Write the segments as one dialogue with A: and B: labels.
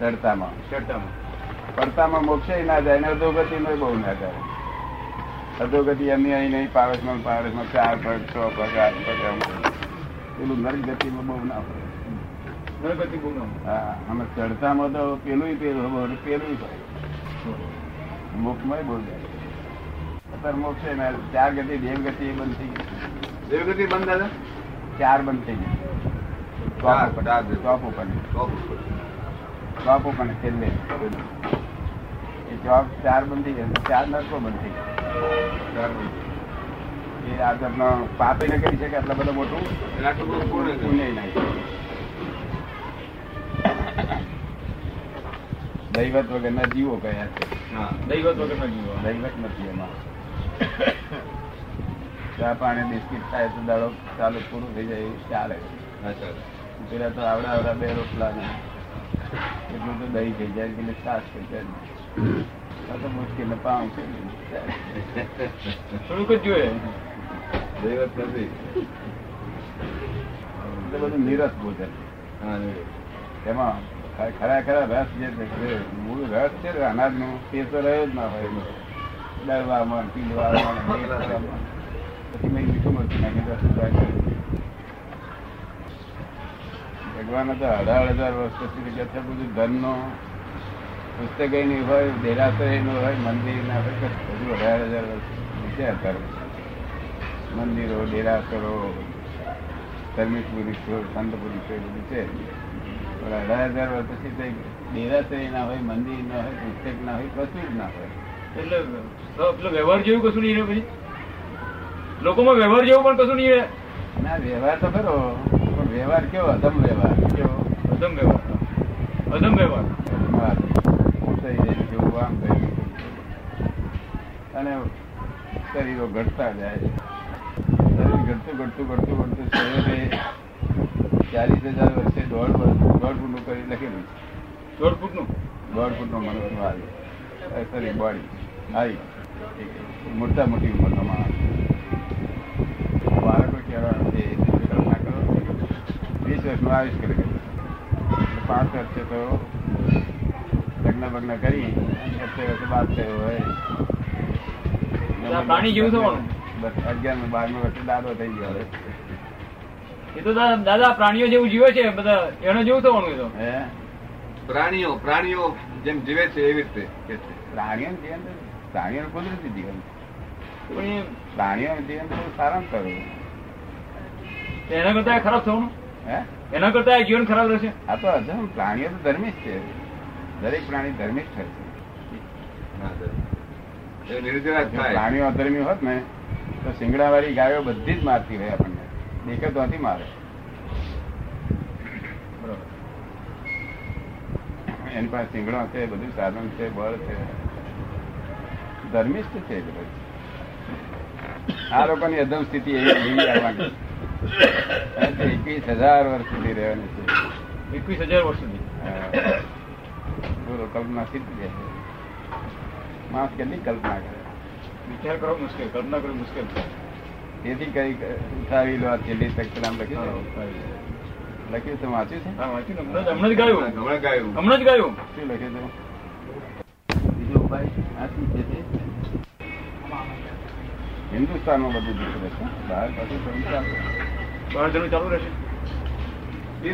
A: ચડતામાં
B: ચડતામાં
A: પડતામાં મોક્ષે ના જાય ને અધોગતિનો બહુ ના જાય અધોગતિ એમની અહીં નહીં પારસમાં પારસમાં ચાર પગ છ પગ આઠ પગ એમ પેલું નરક ગતિમાં બહુ ના હોય
B: ગણપતિ ગુનો
A: હા અમે ચડતામાં તો પેલું પેલું હોય પેલું હોય મોક્ષમાં બહુ જાય અત્યારે મોક્ષે ના જાય. ચાર ગતિ દેવ ગતિ એ બંધ થઈ ગઈ
B: દેવગતિ બંધ દાદા
A: ચાર બંધ થઈ ગઈ
B: ચાર,
A: ટોપ ઉપર
B: ચાર.
A: ટોપ ઉપર
B: ચોપ ઉપર.
A: ટોપ ઉપર છેલ્લે એ જોબ ચાર બંધી ગયા ચાર નરકો બંધી
B: ચાર બંધ.
A: એ આ તમને પાપે ન કરી શકે આટલા બધા મોટું
B: એટલે આટલું બધું પૂર્ણ થયું.
A: પુણ્ય નહીં દૈવત વગરના જીવો કયા છે
B: હા દૈવત વગરના જીવો.
A: દૈવત નથી એમાં ચા પાણી બિસ્કિટ થાય તો દાડો ચાલુ પૂરું થઈ જાય એવું ચાલે
B: હા, ચાલો.
A: પેલા તો આવડા આવડા બે રોટલા ને એટલું તો દહીં થઈ જાય એટલે છાશ થઈ જાય આ તો મુશ્કેલ ને પાઉં થઈ જાય
B: થોડુંક જ જોઈએ દૈવત નથી
A: એટલે બધું નિરસ ભોજન
B: હા નહીં.
A: તેમાં ખ- ખરા ખરા રસ જે છે જે મૂળ રસ છે ને અનાજનો તે તો રહ્યો જ ના હોય દળવામાં પીવામાં ને એ કરવામાં. પછી મેં મીઠું મરચું નાખી રસ ઉતાર કર્યો. ભગવાને તો અઢાર હજાર વર્ષ પછી તો કહેતા બધું ધનનો પુસ્તકયની હોય દેરાસરનું હોય મંદિરના હોય કશું બધું અઢાર હજાર વર્ષ નીચે હતા મંદિરો દેરાસરો ધર્મિક પુરુષો સંત પુરુષો એ બધું છે પણ અઢાર હજાર વર્ષ પછી તો એક દેરાસરી ના હોય મંદિર ના હોય પુસ્તક ના હોય કશું જ ના હોય
B: એટલે તો પેલો વ્યવહાર જેવું કશું નહીં રહ્યું પછી લોકોમાં વ્યવહાર જેવું પણ કશું નહીં રહે
A: ના વ્યવહાર તો ખરો પણ વ્યવહાર કેવો અધમ વ્યવહાર કેવો
B: અધમ વ્યવહાર અધમ વ્યવહાર
A: હા, થઈ જાય કેવું આમ થઈ જાય કેવું. અને શરીરો ઘટતા જાય શરીર ઘટતું ઘટતું ઘટતું ઘટતું શરીરે ચાલીસ હજાર વર્ષે દોઢ વર્ષ દોઢ ફૂટનું કરી લખેલું છે.
B: દોઢ ફૂટનું
A: દોઢ ફૂટનો મનુષ્યનો આવી સોરી બોડી આવી મોટા મોટી ઉંમરનો માણસ બાળકો કહેવાના છે કલ્પના કરો વીસ વર્ષનું આવીશ કરે પાંચ વર્ષે તો લગ્ન બગ્ન કરી સત્તર વર્ષે બાદ થયો હોય
B: આ પ્રાણી જેવું થવાનું.
A: બસ અગિયારમું બારમું વર્ષે દાદો થઈ ગયો હવે
B: એ તો દા- દાદા પ્રાણીઓ જેવું જીવે છે બધા એનો જેવું થવાનું એ તો
A: હે
C: પ્રાણીઓ પ્રાણીઓ જેમ જીવે છે એવી રીતે કે છે
A: પ્રાણીઓનું જીવન તો પ્રાણીઓનું કુદરતી જીવન છે.
B: પણ
A: પ્રાણીઓનું જીવન તો સારામાં સારું
B: એ- એના કરતા એ ખરાબ થવાનું
A: હે
B: એના કરતા એ જીવન ખરાબ રહેશે
A: આ તો અધમ પ્રાણીઓ તો ધર્મી જ છે દરેક પ્રાણી ધર્મી જ થાય
C: ના, દર- એ નિર્જરા જ
A: છે જો
C: થાય
A: પ્રાણીઓ અધર્મી હોત ને તો શિંગડાવાળી ગાયો બધી જ મારતી હોય આપણને દેખે તો હતી મારે
B: બરાબર
A: એની પાસે શિંગડો છે બધું સાધન છે બળ છે ધર્મિષ્ઠ છે એ બધા. આ લોકોની અધમ સ્થિતિ એવી જીવી આવવાની એકવીસ હજાર વર્ષ સુધી રહેવાની છે
B: એકવીસ હજાર વર્ષ સુધી
A: હા. પૂરો કલ્પના સિદ્ધ છે માણસ કેટલી કલ્પના કરે
B: વિચાર કરવો મુશ્કેલ કલ્પના કરવી મુશ્કેલ
A: તેથી કઈ ઉઠાવી લો આ છેલ્લી તક નામ લખ્યું છે?
B: હા,
A: લખ્યું છે વાંચ્યું છે
B: વાંચ્યું ને. હમણાં જ- હમણાં જ ગાયું
C: હમણાં ગાયું
B: હમણાં જ ગાયું
A: શું લખ્યું છે બીજો ઉપાય આ શું છે તે? હિન્દુસ્તાનમાં બધું દીકરે છે બહાર બધું બધું ચાલે.
B: બાર જણું ચાલુ રહેશે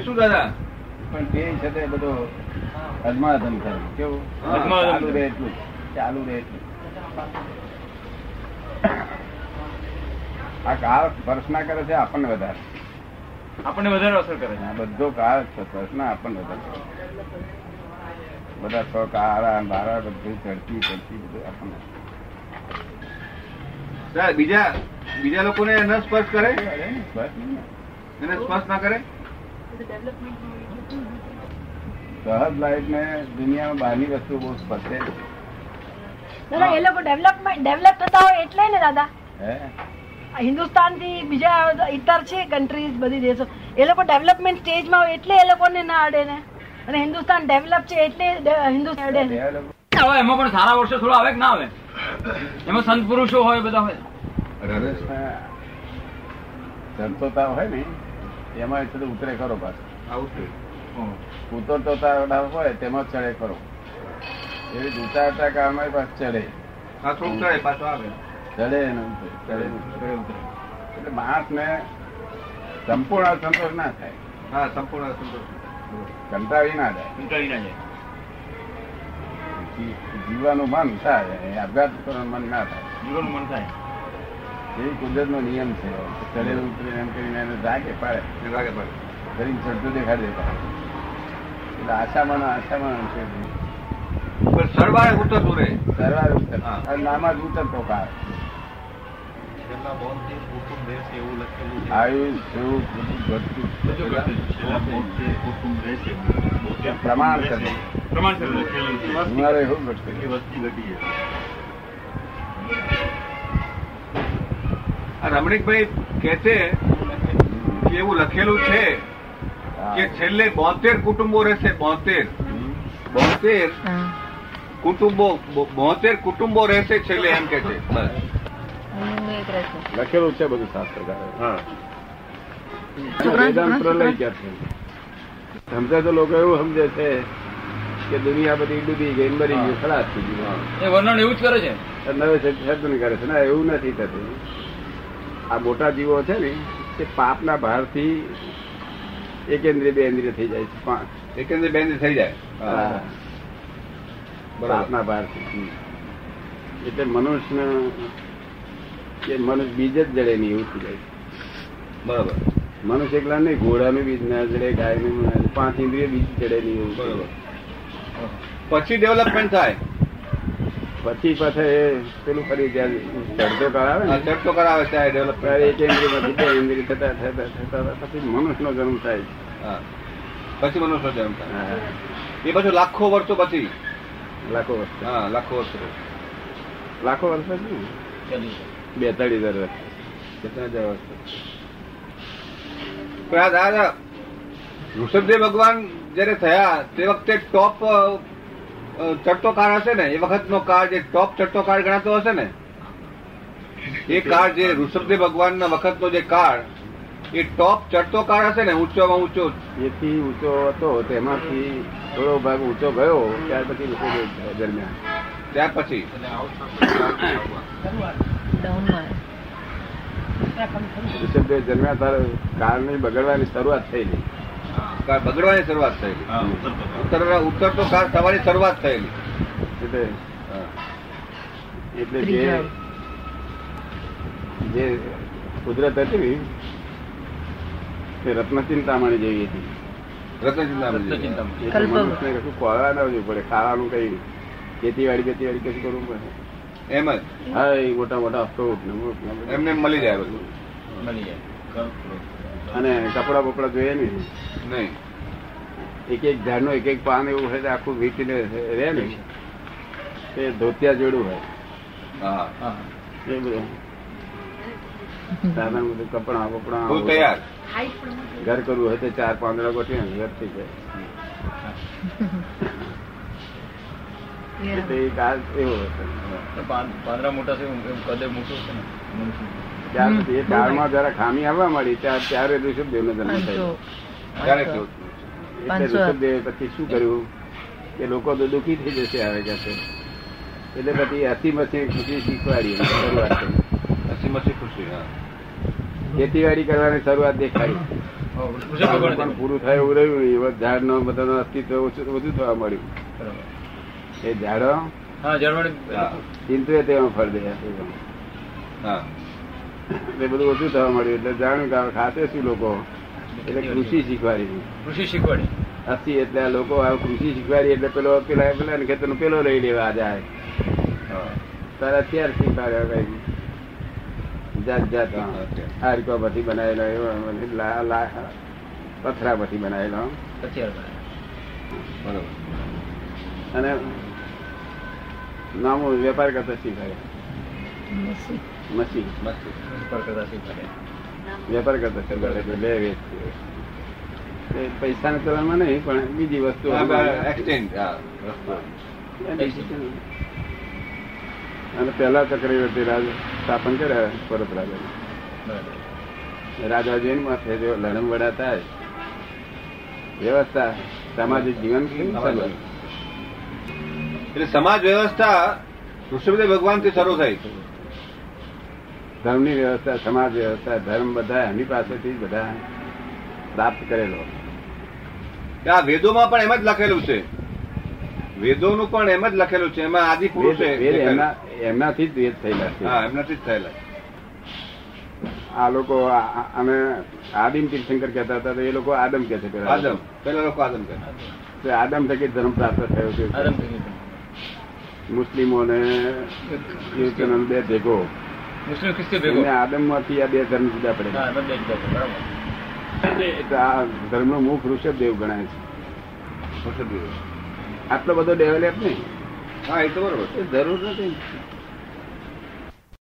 C: એ શું દાદા
A: પણ તે છે તે બધો અધમાધમ કરે કેવું
C: હા,
B: અધમાધમ
A: ચાલુ
B: કરે.
A: રહે એટલું જ. ચાલુ રહે એટલું જ. આ કાળ વર્ષના કરે છે આપણને વધારે
B: આપણને વધારે અસર કરે છે
A: આ બધો કાળ પ્રશ્ન આપણને બધા બધા સો કાળા ને બારા બધું ચડતી ચડતી બધું આપણને
C: દાદા બીજા બીજા લોકોને ન સ્પર્શ કરે
A: અરે બસ ને.
C: એને સ્પર્શ ના કરે
A: સહજ લાઈફ ને દુનિયામાં બહારની વસ્તુ બહુ સ્પર્શે જ.
D: દાદા એ લોકો ડેવલપમેન્ટ ડેવલપ થતા હોય એટલે ને દાદા
A: હે
D: હિન્દુસ્તાન થી બીજા ઇતર છે કન્ટ્રીઝ બધી દેશો એ લોકો ડેવલપમેન્ટ સ્ટેજમાં હોય એટલે એ લોકોને ના અડે ને અને હિન્દુસ્તાન ડેવલપ છે એટલે ડ- હિન્દુસ્તાન અડે ને.
A: ડેવલપ-
B: હવે એમાં પણ સારા વર્ષો થોડા આવે કે ના આવે એમાં સંત પુરુષો હોય બધા હોય
C: અરે
A: ધરતો તાવ હોય ને એમાં એ થોડું ઉતરે કરો પાછો
C: આવું છે
B: હમ.
A: કૂતર તો તારડા હોય તેમાં ચડે કરો એવી જૂતા હતા કે અમારી પાસે ચડે
C: પાછો ઉતરે પાછો આવે
A: ચડે ને ઉતરે, ચડે ને ઉતરે. એટલે માણસને સંપૂર્ણ અસંતોષ ના થાય
C: હા સંપૂર્ણ સંતોષ
A: કંટાળી ના જાય
B: કંટાળી ના જાય
A: જી- જીવવાનું મન થાય એ આપઘાત કરવાનું મન ના થાય
B: જીવન મન થાય
A: એ કુદરતનો નિયમ છે ચડે ઉતરે એમ કરીને એને જાગે પાડે
C: એ લાગે પડે
A: કરીને ચડતું દેખાડી દેતા એટલે આશામાં ને આશામાં છે
C: પણ સરવાળે ઉતરતું રહે
A: સરવાર ઉતર
C: હા.
A: અને નામાં જ ઉતરતો કાળ
E: છેલ્લા બોનથી કુટુંબ રહેશે એવું લખેલું છે
A: આયુ જેવું બધું ઘટતું જ છે.
E: બધું ઘટતું જ છે. છેલ્લા બોનથી કુટુંબ રહેશે મોટા
A: પ્રમાણ
E: કુટુંબ રહેશે.
B: પ્રમાણસર રહે.
E: લખેલું છે.
A: ઉનાળે એવું ઘટતું
E: કેટલી વસ્તી ઘટી છે
C: આ રમણીકભાઈ કે છે કે એવું લખેલું છે
A: હા.
C: કે છેલ્લે બોતેર કુટુંબો રહેશે બોતેર
A: હમ.
C: બોતેર કુટુંબો બોતેર કુટુંબો રહેશે છેલ્લે એમ કે છે બસ
A: લખેલું છે બધું શાસ્ત્રકારે
E: હા
A: વેદાંત પ્રલય ક્યાં છે સમજે તો લોકો એવું સમજે છે કે દુનિયા બધી ડૂબી ગઈ ને મરી ગઈ ખલાસ થઈ ગયું
B: એ વર્ણન એવું જ કરે છે
A: નવે શબ્દ કરે છે ના એવું નથી થતું આ મોટા જીવો છે ને તે પાપના ભારથી એક ઇન્દ્રિય બે ઇન્દ્રિય થઈ જાય છે પાંચ
C: એકેન્દ્ર બેન થઈ જાય
A: હા. પાપના ભારથી એટલે મનુષ્ય કે મનુષ્ય બીજ જ જડે નહીં એવું થઈ જાય છે.
C: બરાબર
A: મનુષ્ય એકલા નહીં ઘોડાનું બીજ ના જડે ગાયનું ના જડે. પાંચ ઇન્દ્રિય બીજ જડે નહીં એવું થઈ જાય.
C: બરાબર પછી ડેવલપમેન્ટ થાય
A: પછી પાછા એ પેલું કરી ત્યાં ચડતો કાળ આવે
C: આ
A: ને
C: ચર્ચો કરાવે છે આ
A: ત્યારે એક
C: ડેવલપમેન્ટ
A: ઇન્દ્રિયમાંથી બે ઇન્દ્રિય થતા થતા થતા થતા પછી મનુષ્યનો જન્મ થાય છે.
C: હા. પછી મનુષ્ય જન્મ થાય
A: હા.
C: એ પાછું લાખો વર્ષો પછી
A: લાખો વર્ષ
C: હા લાખો વર્ષો
A: લાખો વર્ષ જ નહીં બેતાળીસ હજાર વર્ષ
C: કેટલા હજાર વર્ષો પણ આ દાદા ઋષભદેવ ભગવાન જયારે થયા તે વખતે ટોપ ચડતો કાર હશે ને એ વખતનો કાર જે ટોપ ચડતો કાર ગણાતો હશે ને એ કાર જે ઋષભદેવ ભગવાનના વખતનો જે કાર એ ટોપ ચડતો કાર હશે ને ઊંચોમાં ઊંચો
A: એથી ઊંચો હતો તેમાંથી થોડો ભાગ ઊંચો ગયો ત્યાર પછી લોકો જોઈ ગયા દરમિયાન
C: ત્યાર પછી
A: ઋષભદેવ જન્મ્યા ત્યારે કારની બગડવાની શરૂઆત થઈ ગઈ
C: કાર બગડવાની શરૂઆત થયેલી
E: હા ઉત્તર પ્રદેશ.
C: ઉત્તર ઉત્તરતો કાર થવાની શરૂઆત થયેલી
A: એટલે
C: હા.
A: એટલે જે જે કુદરત હતી ને તે રત્નચિંતામણી જેવી હતી
C: રત્નચિંતામણી જેવી.
A: એટલે મનુષ્યને કશું ખોરાવા ના જવું પડે ખાવાનું કઈ ખેતીવાડી ખેતીવાડી કશું કરવું પડે
C: એમ જ
A: હા એ મોટા મોટા ફ્રૂટ ને મૂળ ને બધું.
C: એમને મળી જાય બધું
B: મળી જાય
A: અને કપડા બપડા જોઈએ ને
C: નહીં
A: એક એક ઝાડનું એક એક પાન એવું હોય તો આખું વીંટીને રહે ને તે ધોતિયા જોડું હોય
C: હા
B: હા
A: એ બધું સાધારણ બધું કપડાં બપડાં
C: બહુ તૈયાર
A: ઘર કરવું હોય તો ચાર પાંદડા ગોઠવી ઘર થઈ જાય એટલે એક આ એવો હતો
B: પાંદરા મોટા છે એમ કદે મોટું છે ને
A: ત્યાર પછી એ કાળમાં જરા ખામી આવવા મળી ત્યાર ત્યારે ઋષભદેવ નો જન્મ થયો
C: ક્યારે થયું?
A: એટલે ઋષભદેવે પછી શું કર્યું કે લોકો તો દુઃખી થઈ જશે હવે કે છે એટલે પછી અસી મસી ખુશી શીખવાડી એની શરૂઆત કરી
C: હસી મસી ખુશી હા
A: ખેતીવાડી કરવાની શરૂઆત દેખાડી
B: ઋષભ ભગવાન
A: પણ
B: છે.
A: પૂરું થાય એવું રહ્યું નહીં. એવા ઝાડનો બધાનો અસ્તિત્વ ઓછું વધુ થવા મળ્યું
B: બરાબર.
A: એ ઝાડો
B: હા જાળવાણી
C: હા.
A: ચિંતવે તેમાં ફળ દે
C: હા
A: એટલે બધું ઓછું થવા મળ્યું એટલે જાણ્યું કે હવે ખાતે શું લોકો એટલે કૃષિ શીખવાડી
B: કૃષિ શીખવાડી
A: અસી એટલે આ લોકો આ કૃષિ શીખવાડી એટલે પેલો પેલા પેલા ને ખેતરનો પેલો લઈ લેવા જાય
C: હા.
A: તારા અત્યાર શીખવાડ્યા કઈ જાત જાત હારકો પછી બનાવેલો એવો લા લા પથરા પછી બનાવેલો
B: અત્યારે
C: બરાબર
A: અને નામો વેપાર કરતા શીખવાડ્યા મસી
C: મસ્ત
B: પર કરતા શીખવાડી
A: વેપાર કરતા શીખવાડ્યા બે વેચ પૈસા ને કરવામાં નહીં પણ બીજી વસ્તુ
C: હા, બરાબર. એક્સચેન્જ હા રસ્તો
A: અને પેલા ચક્રવર્તી રાજ સ્થાપન કર્યા પરત રાજા રાજા જૈન માથે જો લડમ વડા થાય વ્યવસ્થા સામાજિક જીવન કેવી ચાલે?
C: એટલે સમાજ વ્યવસ્થા ઋષભદેવ ભગવાન થી શરૂ થઈ
A: ધર્મની વ્યવસ્થા સમાજ વ્યવસ્થા ધર્મ બધા એમની પાસેથી જ બધા પ્રાપ્ત કરેલો
C: આ વેદોમાં પણ એમ જ લખેલું છે વેદોનું પણ એમ જ લખેલું છે એમાં આદિ પુરુષ
A: વેદ વેદ એમના એમનાથી જ વેદ થયેલા છે
C: હા એમનાથી જ થયેલા
A: આ લોકો આ- આ- અને આદિમ તીર્થંકર કહેતા હતા તો એ લોકો આદમ કે છે પેલા.
C: આદમ પેલા લોકો આદમ કહેતા
A: તો આદમ થકી ધર્મ પ્રાપ્ત થયો છે મુસ્લિમો અને ખ્રિસ્તીઓનો બે ભેગો
B: મુસ્લિમ ખ્રિસ્તી ભેગો
A: એમને આદમ માંથી આ બે ધર્મ જુદા પડે
E: હા, એમાં બે જ લોકો, બરાબર.
A: તો આ ધર્મ નું મુખ ઋષભદેવ ગણાય છે
C: ઋષભદેવ
A: આટલો બધો ડેવલપ નહીં
C: હા એ તો બરોબર
A: એ જરૂર નથી